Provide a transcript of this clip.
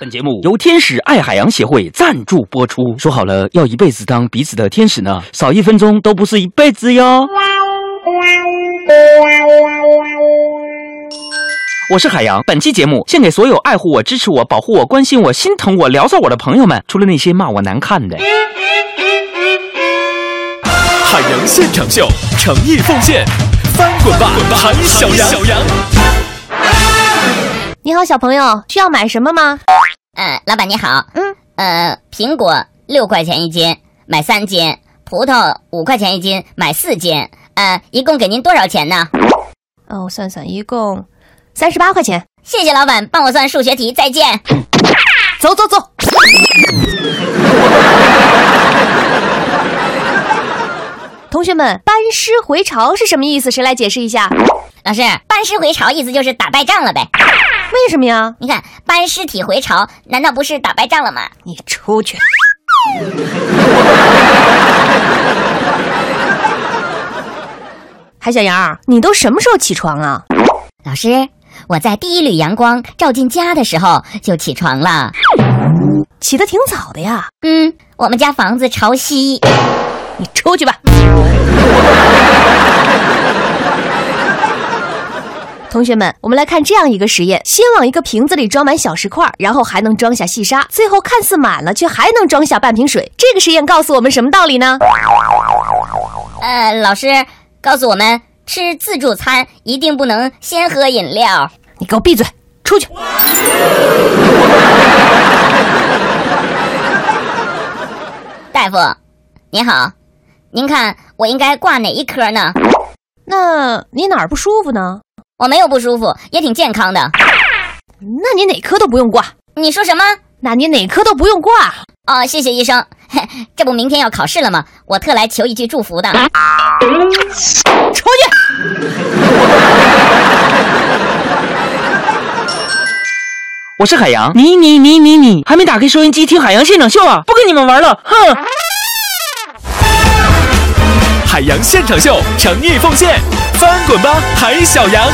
本节目由天使爱海洋协会赞助播出。说好了要一辈子当彼此的天使呢，少一分钟都不是一辈子哟。我是海洋，本期节目献给所有爱护我、支持我、保护我、关心我、心疼我、聊骚我的朋友们，除了那些骂我难看的。海洋现场秀，诚意奉献，翻滚吧，韩小羊！小羊你好，小朋友，需要买什么吗？呃，老板你好，嗯，呃，苹果六块钱一斤，买三斤；葡萄五块钱一斤，买四斤。呃，一共给您多少钱呢？哦，我算算，一共三十八块钱。谢谢老板帮我算数学题，再见。走走走， 同学们，班师回朝是什么意思？谁来解释一下？老师，班师回朝意思就是打败仗了呗？为什么呀？你看，班尸体回朝，难道不是打败仗了吗？你出 去。海小杨，你都什么时候起床啊？老师，我在第一缕阳光照进家的时候就起床了。起得挺早的呀。嗯，我们家房子朝西。你出去吧。 同学们，我们来看这样一个实验：先往一个瓶子里装满小石块，然后还能装下细沙，最后看似满了，却还能装下半瓶水。这个实验告诉我们什么道理呢？呃，老师告诉我们，吃自助餐一定不能先喝饮料。你给我闭嘴，出去！大夫，您好，您看我应该挂哪一科呢？那你哪儿不舒服呢？我没有不舒服，也挺健康的。那你哪科都不用挂，你说什么？那你哪科都不用挂。哦，谢谢医生。 嘿，这不明天要考试了吗？我特来求一句祝福的。出去！我是海洋，你你你你你还没打开收音机听海洋现场秀啊？不跟你们玩了，哼！海洋现场秀，诚意奉献，翻滚吧，海小羊！